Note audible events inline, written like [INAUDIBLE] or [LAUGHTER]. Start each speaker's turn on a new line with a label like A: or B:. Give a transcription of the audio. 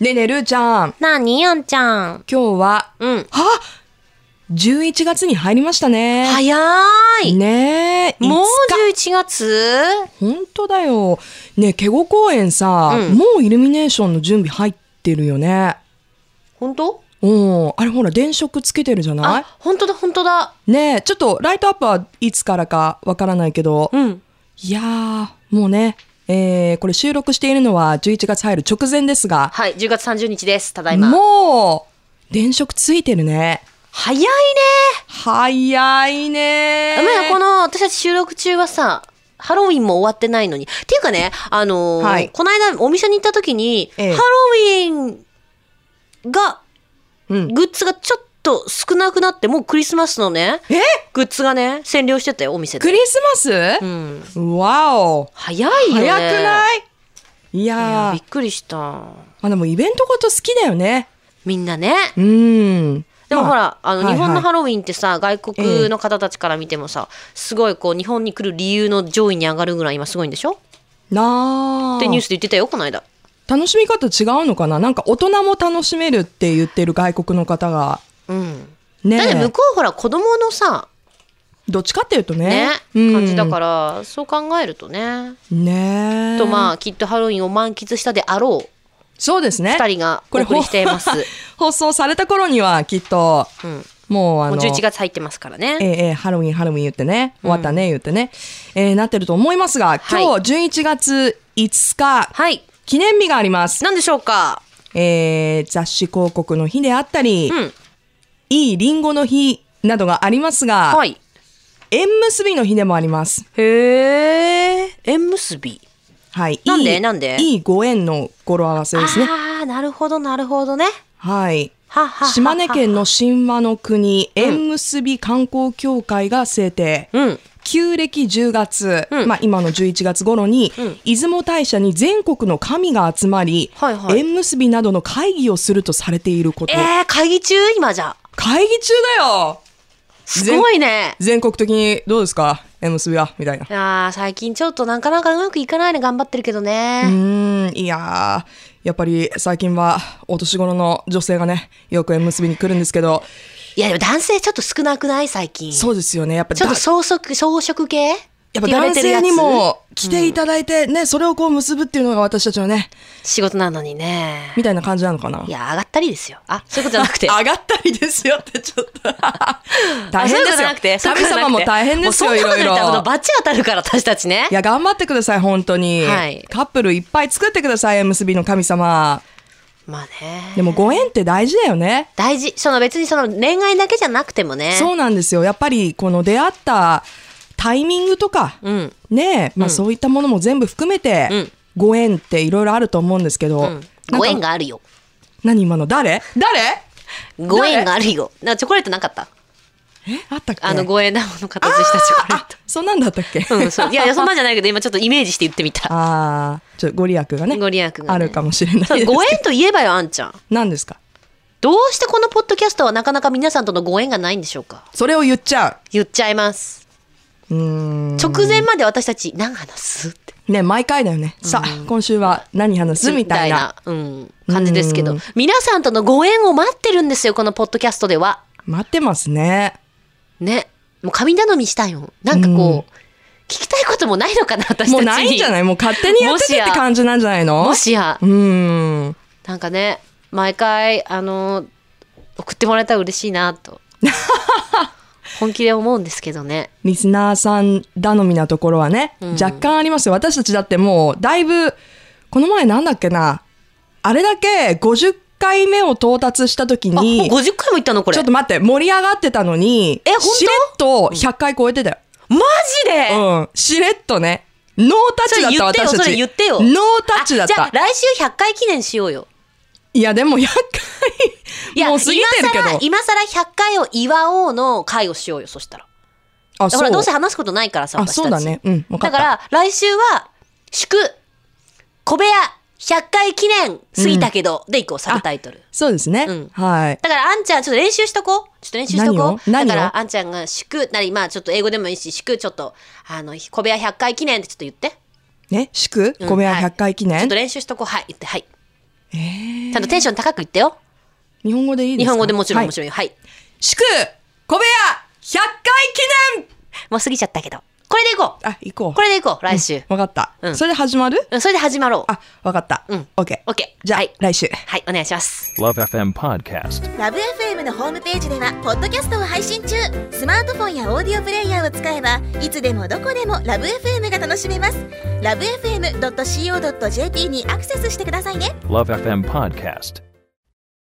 A: ねえねえるーちゃん、
B: なあに、やんちゃん。
A: 今日は、
B: うん。
A: は11月に入りましたね。
B: 早ーい。
A: ねえ、
B: もう
A: いつか
B: 11月
A: 本当だよ。ねえ、ケゴ公園さ、
B: うん
A: もうイルミネーションの準備入ってるよね。
B: 本当
A: うん、あれほら、電飾つけてるじゃない
B: あ、本当だ、本当だ。
A: ねえ、ちょっとライトアップはいつからかわからないけど、
B: うん。
A: いやー、もうね、えー、これ収録しているのは11月入る直前ですが、
B: はい、10月30日です。ただいま。
A: もう、電飾ついてるね。
B: 早いね。
A: 早いね
B: まだこの、私たち収録中はさ、ハロウィンも終わってないのに。っていうかね、あのー
A: はい
B: この間お店に行った時に、
A: ええ
B: ハロウィンが、
A: うん
B: グッズがちょっと少なくなって、もうクリスマスのね、
A: え
B: グッズがね、占領してたよ、お店
A: ク
B: で。
A: リスマス、
B: うん。
A: わお
B: 早いよね。
A: 早く
B: い
A: ないいや
B: や
A: ー
B: びっくりした。
A: まあでもイベントごと好きだよね。
B: みんなね。
A: うん。
B: でも
A: まあ
B: ほ、ら、あ
A: は
B: の、
A: いはい
B: 日本のハロウィンってさ、外国の方たちから見てもさ、すごいこう、日本に来る理由の上位に上がるぐらい今すごいんでしょ
A: なあ
B: ってニュースで言ってたよ、この間。
A: 楽しみ方違うのかななんか大人も楽しめるって言ってる外国の方が。
B: うん。
A: ね
B: だって向こうほら、子供のさ、
A: どっちかっていうとね
B: ね、
A: うん
B: 感じだから、そう考えるとね。
A: ねえ
B: とまあ、きっとハロウィンを満喫したであろう、
A: そうですね
B: 二人が
A: こ
B: お
A: れ
B: 送りしています。
A: [LAUGHS] 放送された頃にはきっと
B: [LAUGHS] うん。
A: もうあ
B: もう
A: の
B: 11月入ってますから
A: え
B: ね。
A: えええハロウィンハロウィン言ってね終わったね言ってね、ええなってると思いますが今
B: い
A: 日11月5日、
B: はい。
A: 記念日があります、
B: なんでしょうか
A: ええ雑誌広告の日であったり、
B: うん。
A: いいリンゴの日などがありますが、
B: はい。
A: 縁結びの日でもあります
B: へえ。縁結び。
A: はい
B: なんで
A: いい
B: なんで
A: いいご縁の語呂合わせですね
B: ああ、なるほど、なるほどね。
A: はい
B: はっはっはっは
A: 島根県の神話の国縁結び観光協会が制定、
B: うん。
A: 旧暦10月、
B: うん
A: まあ、今の11月頃に、
B: うん
A: 出雲大社に全国の神が集まり、
B: はいはい
A: 縁結びなどの会議をするとされていること、
B: えー、会議中今じゃ。
A: 会議中だよ
B: すごいね。
A: 全国的にどうですか縁結びはみたいな
B: あー最近ちょっとなかなかうまくいかないの頑張ってるけど
A: う
B: ね。
A: ーんいやーやっぱり最近はお年頃の女性がねよく縁結びに来るんですけど
B: いや、でも男性ちょっと少なくない最近。
A: そうですよねやっぱ
B: ちょっ
A: だ
B: と装飾、装飾系
A: やっぱ
B: て言われ
A: 男
B: てるや
A: 性
B: つ
A: にも来ていただいてね、それをこう結ぶっていうのが私たちのね、
B: 仕事なのにね。
A: みたいな感じなのかな。
B: いや、上がったりですよ。あ、そういうことじゃなくて。
A: 上がったりですよってちょっ
B: [LAUGHS]
A: と。大変ですよ。神
B: あそういうことじゃなくてそういうことじゃ
A: 様
B: なくて
A: も大変ですよ、
B: もう
A: い
B: そんな
A: ろ
B: こと
A: い
B: 言ったらこの
A: ろ。
B: バチ当たるから、私たちね
A: い。や、頑張ってください、本当に。
B: はい
A: カップルいっぱい作ってください、結びの神様。
B: まあね。
A: でも、ご縁って大事だよね。
B: 大事。その別にその恋愛だけじゃなくてもね。
A: そうなんですよ。やっぱり、この出会ったタイミングとか、
B: うん。
A: ねえ、まあ、そういったものも全部含めて、
B: うん
A: ご縁っていろいろあると思うんですけど、
B: うん。ご縁
A: が
B: があるよ。
A: 何今の誰
B: [LAUGHS]
A: 誰
B: ご縁があるよ。なんかチョコレートなかった
A: えあったっけ
B: あの、ご縁なもの形したチョコレー
A: あそんなんだったっけ、
B: ト。うん、そう。いや、いやそんなんじゃないけど、今ちょっとイメージして言ってみた。
A: ああちょっとご利益がね
B: ご利益がね
A: あるかもしれないです
B: そ
A: け
B: う
A: ど
B: ご縁といえばよ、あんちゃん。
A: 何ですか
B: どうしてこのポッドキャストはなかなか皆さんとのご縁がないんでしょうか
A: それを言っちゃ
B: 言っちゃいます。
A: ううーん
B: 直前まで私たち、何話すって。
A: ね毎回だよねさあ今週は何話すみたいな
B: みたいなうん、感じですけ
A: う
B: ど。皆さんとのご縁を待ってるんですよ、このポッドキャストでは。
A: 待ってますね
B: ね。もう神頼みしたよ。なんかこう、聞きたいこともないのかな、私たちに。
A: もうないんじゃないもう勝手にやっててって感じなんじゃないの
B: もしや
A: う。ーん
B: なんかね毎回あの送ってもらえたら嬉しいなと
A: [LAUGHS]
B: 本気で思うんですけどね
A: リスナーさん頼みなところはね、
B: うん
A: 若干ありますよ。私たちだってもう、だいぶ、この前なんだっけな、あれだけ50回目を到達した時
B: あもう
A: に、
B: 50回も言ったのこれ
A: ちょっと待って、盛り上がってたのに、
B: え本当
A: しれっと100回超えてたよ。
B: マジで、
A: うん。しれっとね。ノータッチだった私
B: それ言ってよ
A: たち。
B: それ言ってよ
A: ノータッチだっ
B: あじゃあ
A: た。
B: 来週100回記念しようよ
A: いや、でも100回、
B: いや
A: もう過ぎてるけど。
B: 今さら今さら100回を祝おうの会をしようよそしたら
A: あ、
B: だ
A: そ
B: から
A: う
B: どうせ話すことないからさ
A: あ、
B: 私たち
A: そうだね。うん、わか
B: だ
A: った。
B: から来週は祝小部屋100回記念過ぎたけど、でいこうサブタイトル
A: そうですね。
B: うん
A: はい。
B: だから、あんちゃん、ちょっと練習しとこう。ちょっと練習しとこう。
A: 何を何を
B: だから、あんちゃんが、祝、なり、まあ、ちょっと英語でもいいし、祝、ちょっと、あの、小部屋100回記念ってちょっと言って。
A: ね、祝
B: うん
A: 小部屋
B: はい
A: 100回記
B: ちょっ
A: 念
B: と。練習しとこう。はい。言って、はい。
A: えー
B: ちゃんとテンション高く言ってよ。
A: 日本語でいいです
B: 日
A: か
B: 本語でもちろん、もち
A: ろん。
B: ろん。はい。
A: 祝、小部屋、100回記念
B: もう過ぎちゃったけど。これでいこ
A: あ、行こ
B: う。
A: う。
B: これでいこう、来週。
A: わかった、
B: うん
A: それで始まる
B: うん、それで始まろう。
A: あ、わかった。
B: うん
A: オッケー。
B: オッケー。
A: じゃあ、
B: はい。
A: 来週。
B: はい、お願いします。
C: Love FM Podcast.
D: ラブ f m のホームページではポッドキャストを配信中スマートフォンやオーディオプレイヤーを使えばいつでもどこでもラブ f m が楽しめますラブ FM.co.jp にアクセスしてくださいね
C: Love FM Podcast.